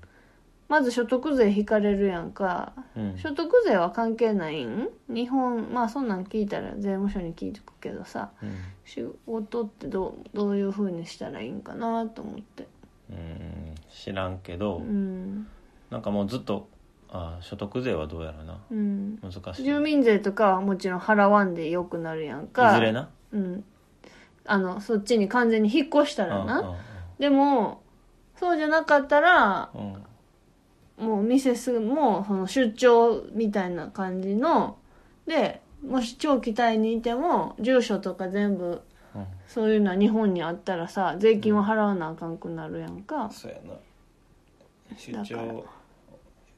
[SPEAKER 1] まず所得税引かれるやんか
[SPEAKER 2] うん
[SPEAKER 1] 所得税は関係ないん日本まあそんなん聞いたら税務署に聞いてくけどさ
[SPEAKER 2] うん
[SPEAKER 1] 仕事ってどうどういう風にしたらいいんかなと思って
[SPEAKER 2] うん知らんけど、
[SPEAKER 1] うん
[SPEAKER 2] なんかもうずっとあ所得税はどうやらな
[SPEAKER 1] うん
[SPEAKER 2] 難しい
[SPEAKER 1] 住民税とかはもちろん払わんでよくなるやんか
[SPEAKER 2] いずれな
[SPEAKER 1] うんあのそっちに完全に引っ越したらな、でもそうじゃなかったら
[SPEAKER 2] うんうんうん
[SPEAKER 1] もうミセスもその出張みたいな感じのでもし長期タイにいても住所とか全部
[SPEAKER 2] うん
[SPEAKER 1] そういうのは日本にあったらさ税金は払わなあかんくなるやんか、
[SPEAKER 2] そうやな出
[SPEAKER 1] だから
[SPEAKER 2] 張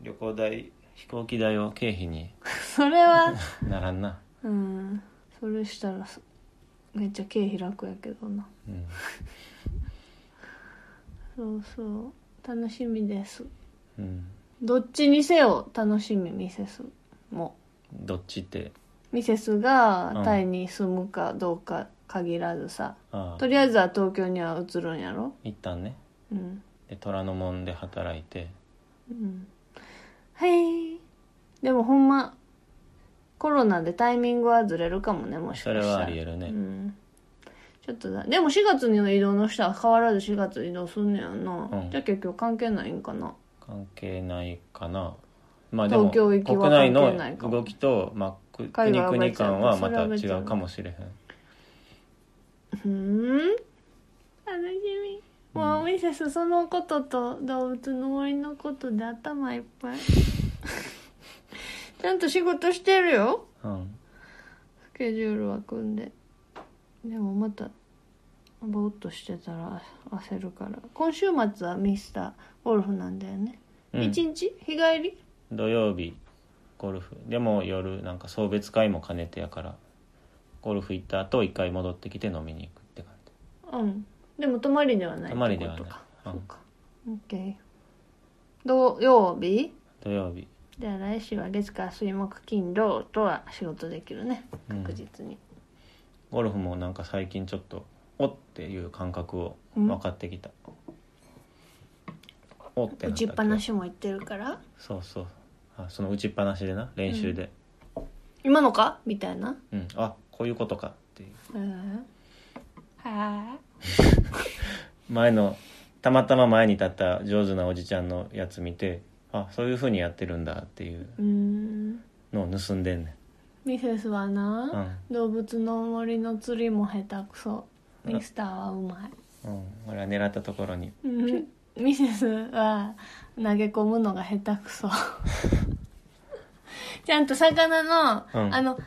[SPEAKER 2] 旅行代飛行機代を経費に
[SPEAKER 1] それは
[SPEAKER 2] ならんな、
[SPEAKER 1] うんそれしたらそめっちゃ経費楽やけどな
[SPEAKER 2] うん、
[SPEAKER 1] そうそう楽しみです
[SPEAKER 2] うん、
[SPEAKER 1] どっちにせよ楽しみミセスも
[SPEAKER 2] どっちって
[SPEAKER 1] ミセスがタイに住むかどうか限らずさ、
[SPEAKER 2] ああ
[SPEAKER 1] とりあえずは東京には移るんやろ
[SPEAKER 2] 一旦ね
[SPEAKER 1] うん
[SPEAKER 2] で虎ノ門で働いて
[SPEAKER 1] うんはいでもほんまコロナでタイミングはずれるかもねもしか
[SPEAKER 2] そ
[SPEAKER 1] したら
[SPEAKER 2] れはありえる
[SPEAKER 1] う
[SPEAKER 2] ね
[SPEAKER 1] んちょっとだでも4月の移動の人は変わらず4月移動すんねやんな、
[SPEAKER 2] うん
[SPEAKER 1] じゃあ結局関係ないんかな
[SPEAKER 2] 関係ないかなまあでも
[SPEAKER 1] 東京
[SPEAKER 2] 国
[SPEAKER 1] 行きは関
[SPEAKER 2] 内の
[SPEAKER 1] 係ないかも
[SPEAKER 2] 動きと、まあ、く
[SPEAKER 1] 海
[SPEAKER 2] 国
[SPEAKER 1] 外は
[SPEAKER 2] 々間はまた
[SPEAKER 1] 別
[SPEAKER 2] 違
[SPEAKER 1] や
[SPEAKER 2] うかもしれへん
[SPEAKER 1] ふーん楽しみもうミセスそのことと動物の森のことで頭いっぱい (laughs) ちゃんと仕事してるよ
[SPEAKER 2] うん
[SPEAKER 1] スケジュールは組んででもまたぼーっとしてたら焦るから今週末はミスターゴルフなんだよね、
[SPEAKER 2] うん
[SPEAKER 1] 一日日帰り
[SPEAKER 2] 土曜日ゴルフでも夜なんか送別会も兼ねてやからゴルフ行った後一回戻ってきて飲みに行くって感
[SPEAKER 1] う
[SPEAKER 2] じ
[SPEAKER 1] んでも泊まりではない
[SPEAKER 2] 泊まりでは
[SPEAKER 1] っ
[SPEAKER 2] な
[SPEAKER 1] て
[SPEAKER 2] い
[SPEAKER 1] ことか
[SPEAKER 2] うん
[SPEAKER 1] そうか OK 土曜日
[SPEAKER 2] 土曜日
[SPEAKER 1] じゃあ来週は月火水木金土とは仕事できるね
[SPEAKER 2] うん
[SPEAKER 1] 確実に、
[SPEAKER 2] ゴルフもなんか最近ちょっとおっていう感覚を
[SPEAKER 1] うん
[SPEAKER 2] 分かってきた、おって
[SPEAKER 1] 打
[SPEAKER 2] な
[SPEAKER 1] ちっぱなし
[SPEAKER 2] け
[SPEAKER 1] も行ってるから
[SPEAKER 2] そうそうあその打ちっぱなしでな練習で
[SPEAKER 1] 今のかみたいな
[SPEAKER 2] うん、あこういうことかっていう
[SPEAKER 1] うんは
[SPEAKER 2] 前のたまたま前に立った上手なおじちゃんのやつ見てあそういうふうにやってるんだっていう
[SPEAKER 1] いうん
[SPEAKER 2] のを盗んでんね
[SPEAKER 1] ミセスはな、
[SPEAKER 2] ん、うん
[SPEAKER 1] 動物の森の釣りも下手くそ
[SPEAKER 2] うん
[SPEAKER 1] ミスターはうま
[SPEAKER 2] うん、俺は狙ったところに
[SPEAKER 1] い、 (laughs) ミセスは投げ込むのが下手く
[SPEAKER 2] (laughs)
[SPEAKER 1] そちゃんと魚の、
[SPEAKER 2] うん
[SPEAKER 1] あの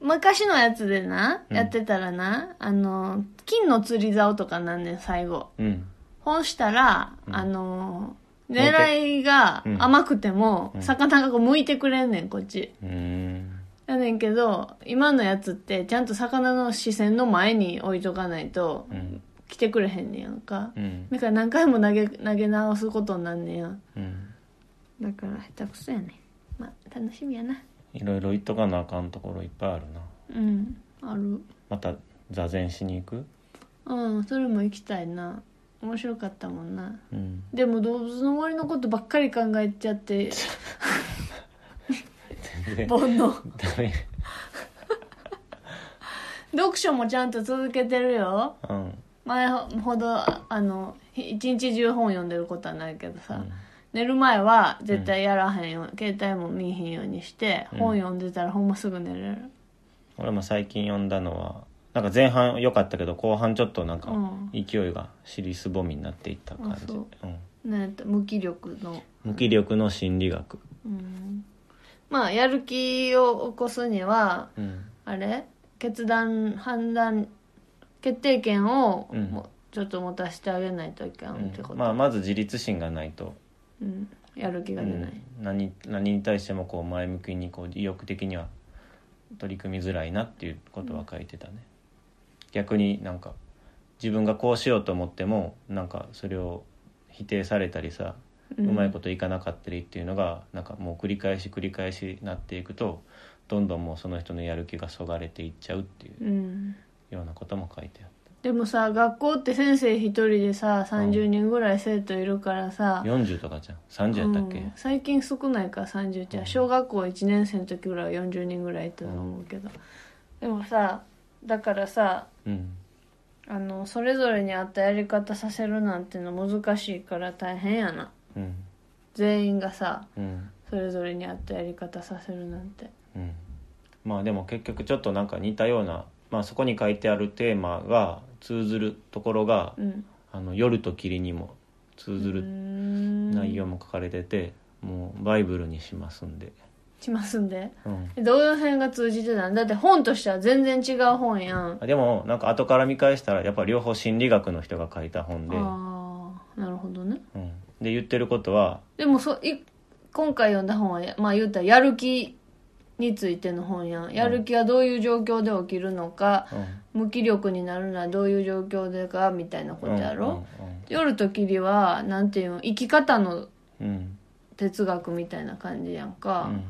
[SPEAKER 1] 昔のやつでな、
[SPEAKER 2] うん
[SPEAKER 1] やってたらなあの金の釣り竿とかなんねん最後
[SPEAKER 2] うん
[SPEAKER 1] 本したら、
[SPEAKER 2] うん
[SPEAKER 1] あの
[SPEAKER 2] う一回
[SPEAKER 1] 狙いが
[SPEAKER 2] うん
[SPEAKER 1] 甘くても、
[SPEAKER 2] うん
[SPEAKER 1] 魚がこう向いてくれんねんこっち
[SPEAKER 2] うーん
[SPEAKER 1] やねんけど今のやつってちゃんと魚の視線の前に置いとかないと
[SPEAKER 2] うん
[SPEAKER 1] 来てくれへんねやんか
[SPEAKER 2] うん
[SPEAKER 1] だから何回も投げ投げ直すことになんねや
[SPEAKER 2] うん
[SPEAKER 1] だから下手くそやねんまあ楽しみやな
[SPEAKER 2] うんいろいろ言っとかなあかんところいっぱいあるな
[SPEAKER 1] うんある
[SPEAKER 2] また座禅しに行く
[SPEAKER 1] うんそれも行きたいな面白かったもんな (laughs)
[SPEAKER 2] うん
[SPEAKER 1] でも動物の森のことばっかり考えちゃって (laughs)
[SPEAKER 2] 全然
[SPEAKER 1] 煩悩
[SPEAKER 2] ダメ
[SPEAKER 1] 読書もちゃんと続けてるよ
[SPEAKER 2] うん
[SPEAKER 1] 前ほどああのひ一日中本読んでることはないけどさ、
[SPEAKER 2] うん
[SPEAKER 1] 寝る前は絶対やらへんよ、携帯も見えへんようにして、
[SPEAKER 2] うん
[SPEAKER 1] 本読んでたらほんますぐ寝れる
[SPEAKER 2] 俺も最近読んだのはなんか前半良かったけど後半ちょっとなんか
[SPEAKER 1] うん
[SPEAKER 2] 勢いが尻すぼみになっていった感
[SPEAKER 1] あ
[SPEAKER 2] じ、
[SPEAKER 1] そ
[SPEAKER 2] うん
[SPEAKER 1] うなんやった無気力の、
[SPEAKER 2] 無気力の心理学
[SPEAKER 1] うん、まあやる気を起こすには
[SPEAKER 2] うん
[SPEAKER 1] あれ決断判断決定権を
[SPEAKER 2] うん
[SPEAKER 1] も、ちょっと持たせてあげないといけんってこと、
[SPEAKER 2] うんまあ、まず自立心がないと、
[SPEAKER 1] うん、やる気が出ない、
[SPEAKER 2] うん何何に対してもこう前向きにこう意欲的には取り組みづらいなっていうことは書いてたね、逆になんか自分がこうしようと思ってもなんかそれを否定されたりさう
[SPEAKER 1] うん
[SPEAKER 2] まいこといかなかったりっていうのがなんかもう繰り返し繰り返しなっていくとどんどんもうその人のやる気がそがれていっちゃうっていう
[SPEAKER 1] うん
[SPEAKER 2] ようなことも書いてあっ
[SPEAKER 1] でもさ学校って先生一人でさ30人ぐらい生徒いるから
[SPEAKER 2] た
[SPEAKER 1] さ、
[SPEAKER 2] 40とかじゃん30やったっけ、
[SPEAKER 1] うん最近少ないから30じゃ、
[SPEAKER 2] うん
[SPEAKER 1] 小学校1年生の時ぐらいは40人ぐらいいたと思うけど、でもさだからさ
[SPEAKER 2] うん
[SPEAKER 1] あのそれぞれに合ったやり方させるなんての難しいから大変やな
[SPEAKER 2] うん
[SPEAKER 1] 全員がさ
[SPEAKER 2] うん
[SPEAKER 1] それぞれに合ったやり方させるなんて
[SPEAKER 2] うんまあでも結局ちょっとなんか似たような、まあ、そこに書いてあるテーマが通ずるところが
[SPEAKER 1] うん
[SPEAKER 2] 「あの夜と霧」にも通ず
[SPEAKER 1] うー
[SPEAKER 2] る
[SPEAKER 1] ん
[SPEAKER 2] 内容も書かれてて、もうバイブルにしますんで、
[SPEAKER 1] しますんで
[SPEAKER 2] うん、
[SPEAKER 1] どういう辺が通じてたんだって本としては全然違う本やん
[SPEAKER 2] あでもなんか後から見返したらやっぱ両方心理学の人が書いた本で,、う
[SPEAKER 1] ああなるほどね
[SPEAKER 2] ん、で言ってることは
[SPEAKER 1] でもそい今回読んだ本はやまあ言うたらやる気についての本やんやる気がどういう状況で起きるのか、
[SPEAKER 2] うん
[SPEAKER 1] 無気力になるのはどういう状況でかみたいなことやろ、
[SPEAKER 2] うん
[SPEAKER 1] 夜と霧はなんていうの生き方の
[SPEAKER 2] うんうん
[SPEAKER 1] 哲学みたいな感じやん
[SPEAKER 2] う
[SPEAKER 1] か、
[SPEAKER 2] ん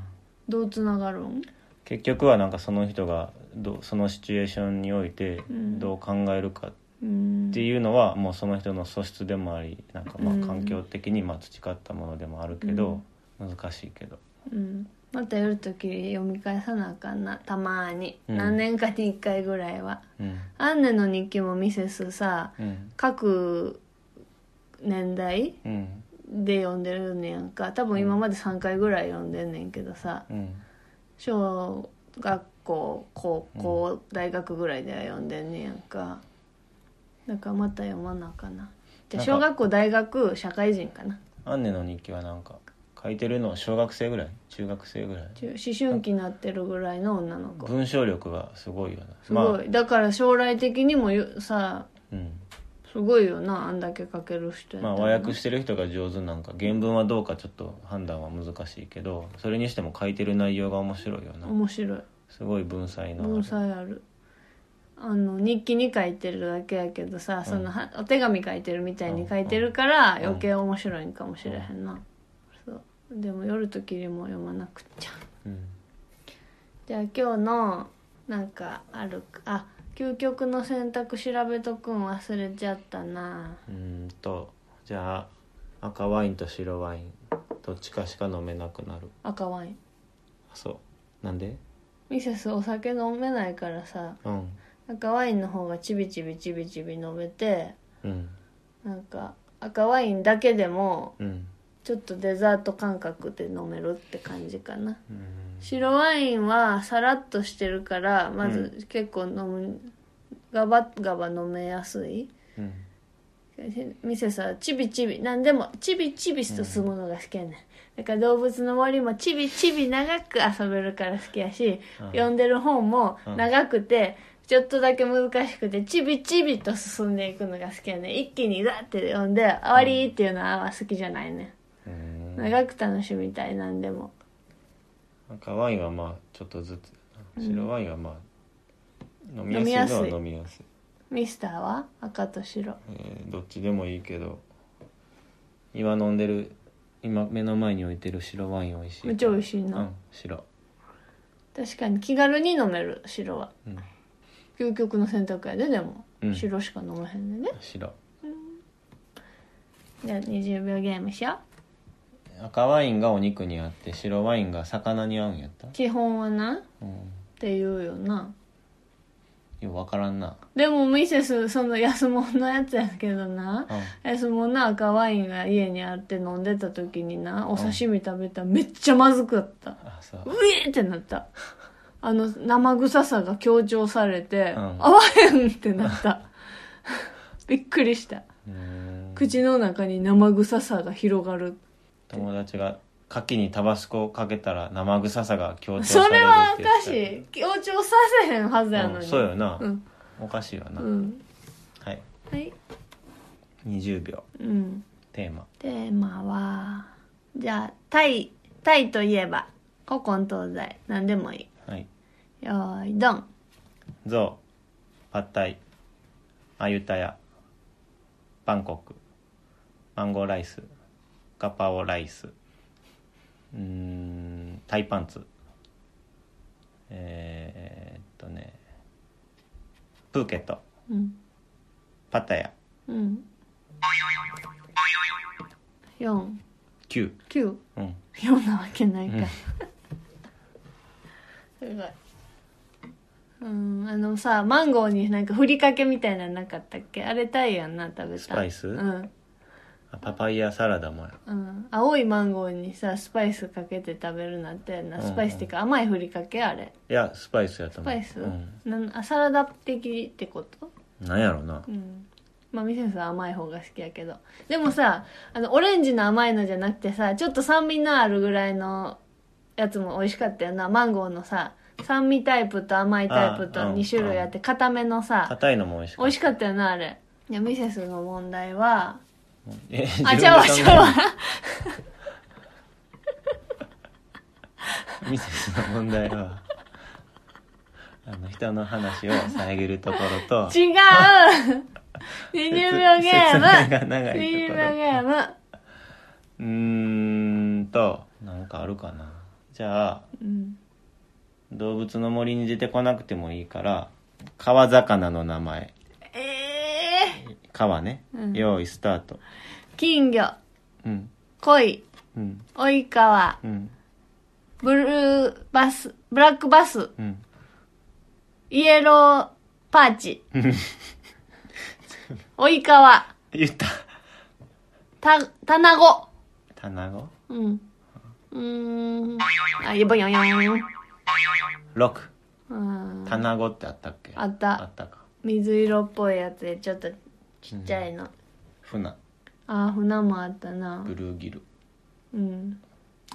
[SPEAKER 1] どうつながるん
[SPEAKER 2] 結局はなんかその人がどうそのシチュエーションにおいて
[SPEAKER 1] ん
[SPEAKER 2] どう考えるか
[SPEAKER 1] うん
[SPEAKER 2] っていうのはもうその人の素質でもありなんかま
[SPEAKER 1] うん
[SPEAKER 2] あ環境的にまあ培ったものでもあるけど、難しいけど
[SPEAKER 1] うんまた夜と霧読み返さなあかんなたまーに、
[SPEAKER 2] うん
[SPEAKER 1] 何年かに1回ぐらいは
[SPEAKER 2] うん
[SPEAKER 1] アンネの日記もミセスさ
[SPEAKER 2] うん
[SPEAKER 1] 各年代
[SPEAKER 2] うん
[SPEAKER 1] で読んでるねやんか多分今まで3回ぐらい読んでんねんけどさ
[SPEAKER 2] うん
[SPEAKER 1] 小学校高校、大学ぐらいでは読んでんねやんかだからまた読まなあかなじゃあ
[SPEAKER 2] なん
[SPEAKER 1] 小
[SPEAKER 2] か
[SPEAKER 1] 学校大学社会人かな
[SPEAKER 2] アンネの日記はなんか書いてるのは小学生ぐらい中学生ぐらい
[SPEAKER 1] 中思春期になってるぐらいの女の子
[SPEAKER 2] 文章力がすごいよな
[SPEAKER 1] すごい、
[SPEAKER 2] まあ
[SPEAKER 1] だから将来的にもゆさ
[SPEAKER 2] うん
[SPEAKER 1] すごいよなあんだけ書ける人やった
[SPEAKER 2] まあ、
[SPEAKER 1] ら
[SPEAKER 2] 和訳してる人が上手なんか原文はどうかちょっと判断は難しいけどそれにしても書いてる内容が面白いよな
[SPEAKER 1] 面白い
[SPEAKER 2] すごい文才のある
[SPEAKER 1] 文才あるあの日記に書いてるだけやけどさ、そのはお手紙書いてるみたいに書いてるから
[SPEAKER 2] ん
[SPEAKER 1] 余計面白いんかもしれへんな、そうでも「夜と霧」も読まなくっちゃ
[SPEAKER 2] うん
[SPEAKER 1] じゃあ今日のなんかあるかあ究極の選択調べとくん忘れちゃったな
[SPEAKER 2] うーんとじゃあ赤ワインと白ワインどっちかしか飲めなくなる
[SPEAKER 1] 赤ワイン
[SPEAKER 2] あそうなんで
[SPEAKER 1] ミセスお酒飲めないからさ
[SPEAKER 2] うん
[SPEAKER 1] 赤ワインの方がチビチビチビチビ飲めて
[SPEAKER 2] うん
[SPEAKER 1] なんか赤ワインだけでも
[SPEAKER 2] うん
[SPEAKER 1] ちょっとデザート感覚で飲めるって感じかな
[SPEAKER 2] うん
[SPEAKER 1] 白ワインはさらっとしてるからまず結構飲む、ガバガバ飲めやすい
[SPEAKER 2] うん
[SPEAKER 1] ミセスはチビチビ何でもチビチビと進むのが好きやねんだから動物の森もチビチビ長く遊べるから好きやし、
[SPEAKER 2] うん
[SPEAKER 1] 読んでる本も
[SPEAKER 2] うん
[SPEAKER 1] 長くて、ちょっとだけ難しくてチビチビと進んでいくのが好きやねん一気にガッて読んで終わりっていうのはあんま好きじゃないねん
[SPEAKER 2] うん
[SPEAKER 1] 長く楽しみたいなんでも
[SPEAKER 2] 赤ワインはまあちょっとずつ白ワインはまあ飲み
[SPEAKER 1] 飲み
[SPEAKER 2] や
[SPEAKER 1] や
[SPEAKER 2] す
[SPEAKER 1] す
[SPEAKER 2] い
[SPEAKER 1] い
[SPEAKER 2] のは飲みやすい
[SPEAKER 1] ミスターは赤と白
[SPEAKER 2] えーどっちでもいいけど今飲んでる今目の前に置いてる白ワイン美味しい
[SPEAKER 1] めっちゃ美味しいな
[SPEAKER 2] うん白
[SPEAKER 1] 確かに気軽に飲める白は
[SPEAKER 2] うん
[SPEAKER 1] 究極の選択やででも、
[SPEAKER 2] うん
[SPEAKER 1] 白しか飲まへんでね
[SPEAKER 2] 白
[SPEAKER 1] じゃあ20秒ゲームしよう
[SPEAKER 2] 赤ワインがお肉に合って白ワインが魚に合うんやった
[SPEAKER 1] 基本はなっ
[SPEAKER 2] うん
[SPEAKER 1] て言うよな
[SPEAKER 2] よう分からんな
[SPEAKER 1] でもミセスその安物のやつやけどな
[SPEAKER 2] うん
[SPEAKER 1] 安物の赤ワインが家にあって飲んでた時になお刺身食べたらめっちゃまずかった
[SPEAKER 2] あそう
[SPEAKER 1] うえーってなったあの生臭さが強調されて、
[SPEAKER 2] うん
[SPEAKER 1] 合わへんってなった (laughs) びっくりした
[SPEAKER 2] うーん
[SPEAKER 1] 口の中に生臭さが広がる
[SPEAKER 2] 友達が牡蠣にタバスコをかけたら生臭さが強調
[SPEAKER 1] そ
[SPEAKER 2] され
[SPEAKER 1] れ
[SPEAKER 2] る
[SPEAKER 1] は
[SPEAKER 2] っ
[SPEAKER 1] お
[SPEAKER 2] て言っ
[SPEAKER 1] か
[SPEAKER 2] て
[SPEAKER 1] したい強調させへんはずやの
[SPEAKER 2] うん
[SPEAKER 1] に
[SPEAKER 2] そうよな、
[SPEAKER 1] うん
[SPEAKER 2] おかしいよな、
[SPEAKER 1] うん
[SPEAKER 2] はい
[SPEAKER 1] はい
[SPEAKER 2] 20秒
[SPEAKER 1] うん
[SPEAKER 2] テーマ
[SPEAKER 1] テーマはじゃあタイタイといえば古今東西何でもい
[SPEAKER 2] はい
[SPEAKER 1] いよーいドン
[SPEAKER 2] ゾウパッタイアユタヤバンコクマンゴーライスガパオライスうーんタイパンツえー、っとねプーケット
[SPEAKER 1] うん
[SPEAKER 2] パタヤ
[SPEAKER 1] うん四
[SPEAKER 2] 9
[SPEAKER 1] 九
[SPEAKER 2] うん
[SPEAKER 1] 4なわけないか、すごいうんあのさマンゴーになんかふりかけみたいなのなかったっけあれタイやんな食べた
[SPEAKER 2] スパイス
[SPEAKER 1] うん
[SPEAKER 2] あパパイヤサラダもや
[SPEAKER 1] うん、青いマンゴーにさスパイスかけて食べるなってやんなスパイスっていうか甘いふりかけあれ
[SPEAKER 2] いやスパイスやと
[SPEAKER 1] ス
[SPEAKER 2] 思う
[SPEAKER 1] パイス、
[SPEAKER 2] うん、
[SPEAKER 1] なんあサラダ的ってこと
[SPEAKER 2] なんやろな
[SPEAKER 1] うんまあミセスは甘い方が好きやけどでもさあのオレンジの甘いのじゃなくてさちょっと酸味のあるぐらいのやつも美味しかったよなマンゴーのさ酸味タイプと甘いタイプと
[SPEAKER 2] あうん
[SPEAKER 1] 2種類あって固めのさ
[SPEAKER 2] 硬いのも美味しか
[SPEAKER 1] 美味しかったよなあれいやミセスの問題は
[SPEAKER 2] え
[SPEAKER 1] あちゃうわちゃうわ
[SPEAKER 2] ミセスの問題は (laughs) あの人の話を遮るとこ
[SPEAKER 1] (laughs)
[SPEAKER 2] ろと
[SPEAKER 1] 違う
[SPEAKER 2] (laughs)
[SPEAKER 1] 20秒ゲーム
[SPEAKER 2] 説明が長い
[SPEAKER 1] 20秒
[SPEAKER 2] ところ
[SPEAKER 1] ゲーム
[SPEAKER 2] うーんとなんかあるかなじゃあ
[SPEAKER 1] うん
[SPEAKER 2] 動物の森に出てこなくてもいいから川魚の名前
[SPEAKER 1] ええ
[SPEAKER 2] 川ね、
[SPEAKER 1] うん
[SPEAKER 2] 用意スタート
[SPEAKER 1] ー、金魚
[SPEAKER 2] うん
[SPEAKER 1] 鯉
[SPEAKER 2] うん
[SPEAKER 1] 及川
[SPEAKER 2] うん
[SPEAKER 1] ブルーバスブラックバス
[SPEAKER 2] うん
[SPEAKER 1] イエローパーチ及川
[SPEAKER 2] 言った
[SPEAKER 1] たタナゴ
[SPEAKER 2] タナゴ
[SPEAKER 1] うんうーんあやばいやんやんやん
[SPEAKER 2] 6
[SPEAKER 1] うん
[SPEAKER 2] タナゴってあったっけ
[SPEAKER 1] あっ
[SPEAKER 2] あ
[SPEAKER 1] た
[SPEAKER 2] ったか
[SPEAKER 1] 水色っぽいやつでちょっとちっちゃいの、
[SPEAKER 2] 船
[SPEAKER 1] あ船もあったな
[SPEAKER 2] ブルーギル
[SPEAKER 1] うん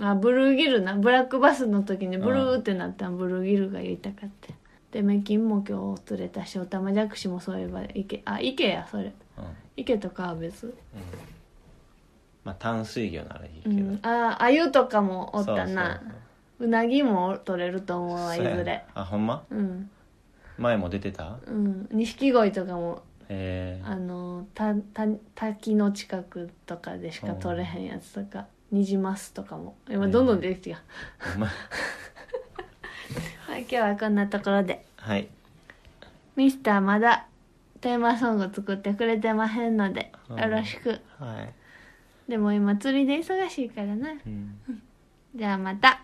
[SPEAKER 1] あブルーギルなブラックバスの時にブルーってなったんブルーギルが言いたかったでメキンも今日釣れたしオタマジャクシもそういえば池あ池やそれ
[SPEAKER 2] うん
[SPEAKER 1] 池とかは別
[SPEAKER 2] まあ淡水魚ならいいけ
[SPEAKER 1] う
[SPEAKER 2] ど、
[SPEAKER 1] ん、ああゆとかもおったな
[SPEAKER 2] そうそ
[SPEAKER 1] う
[SPEAKER 2] う
[SPEAKER 1] なぎも取れると思うわい
[SPEAKER 2] そうやな
[SPEAKER 1] ずれ
[SPEAKER 2] あほんま
[SPEAKER 1] うん
[SPEAKER 2] 前も出てた
[SPEAKER 1] うん錦鯉とかも
[SPEAKER 2] えー
[SPEAKER 1] あのたた滝の近くとかでしか取れへんやつとかニジマスとかも今どんどん出てきてる、
[SPEAKER 2] ほんま (laughs)
[SPEAKER 1] はい、今日はこんなところで
[SPEAKER 2] はい
[SPEAKER 1] ミスターまだテーマソング作ってくれてまへんので
[SPEAKER 2] うん
[SPEAKER 1] よろしく
[SPEAKER 2] はい、
[SPEAKER 1] でも今釣りで忙しいからな
[SPEAKER 2] うん、
[SPEAKER 1] じゃあまた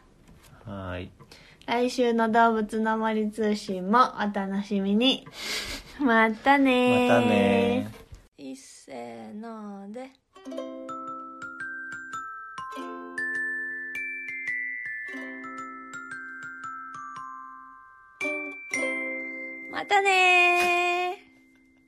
[SPEAKER 2] はーい
[SPEAKER 1] 来週の動物の森通信もお楽しみ
[SPEAKER 2] (laughs)
[SPEAKER 1] に。またねー。
[SPEAKER 2] またねー
[SPEAKER 1] いっせーので。またねー。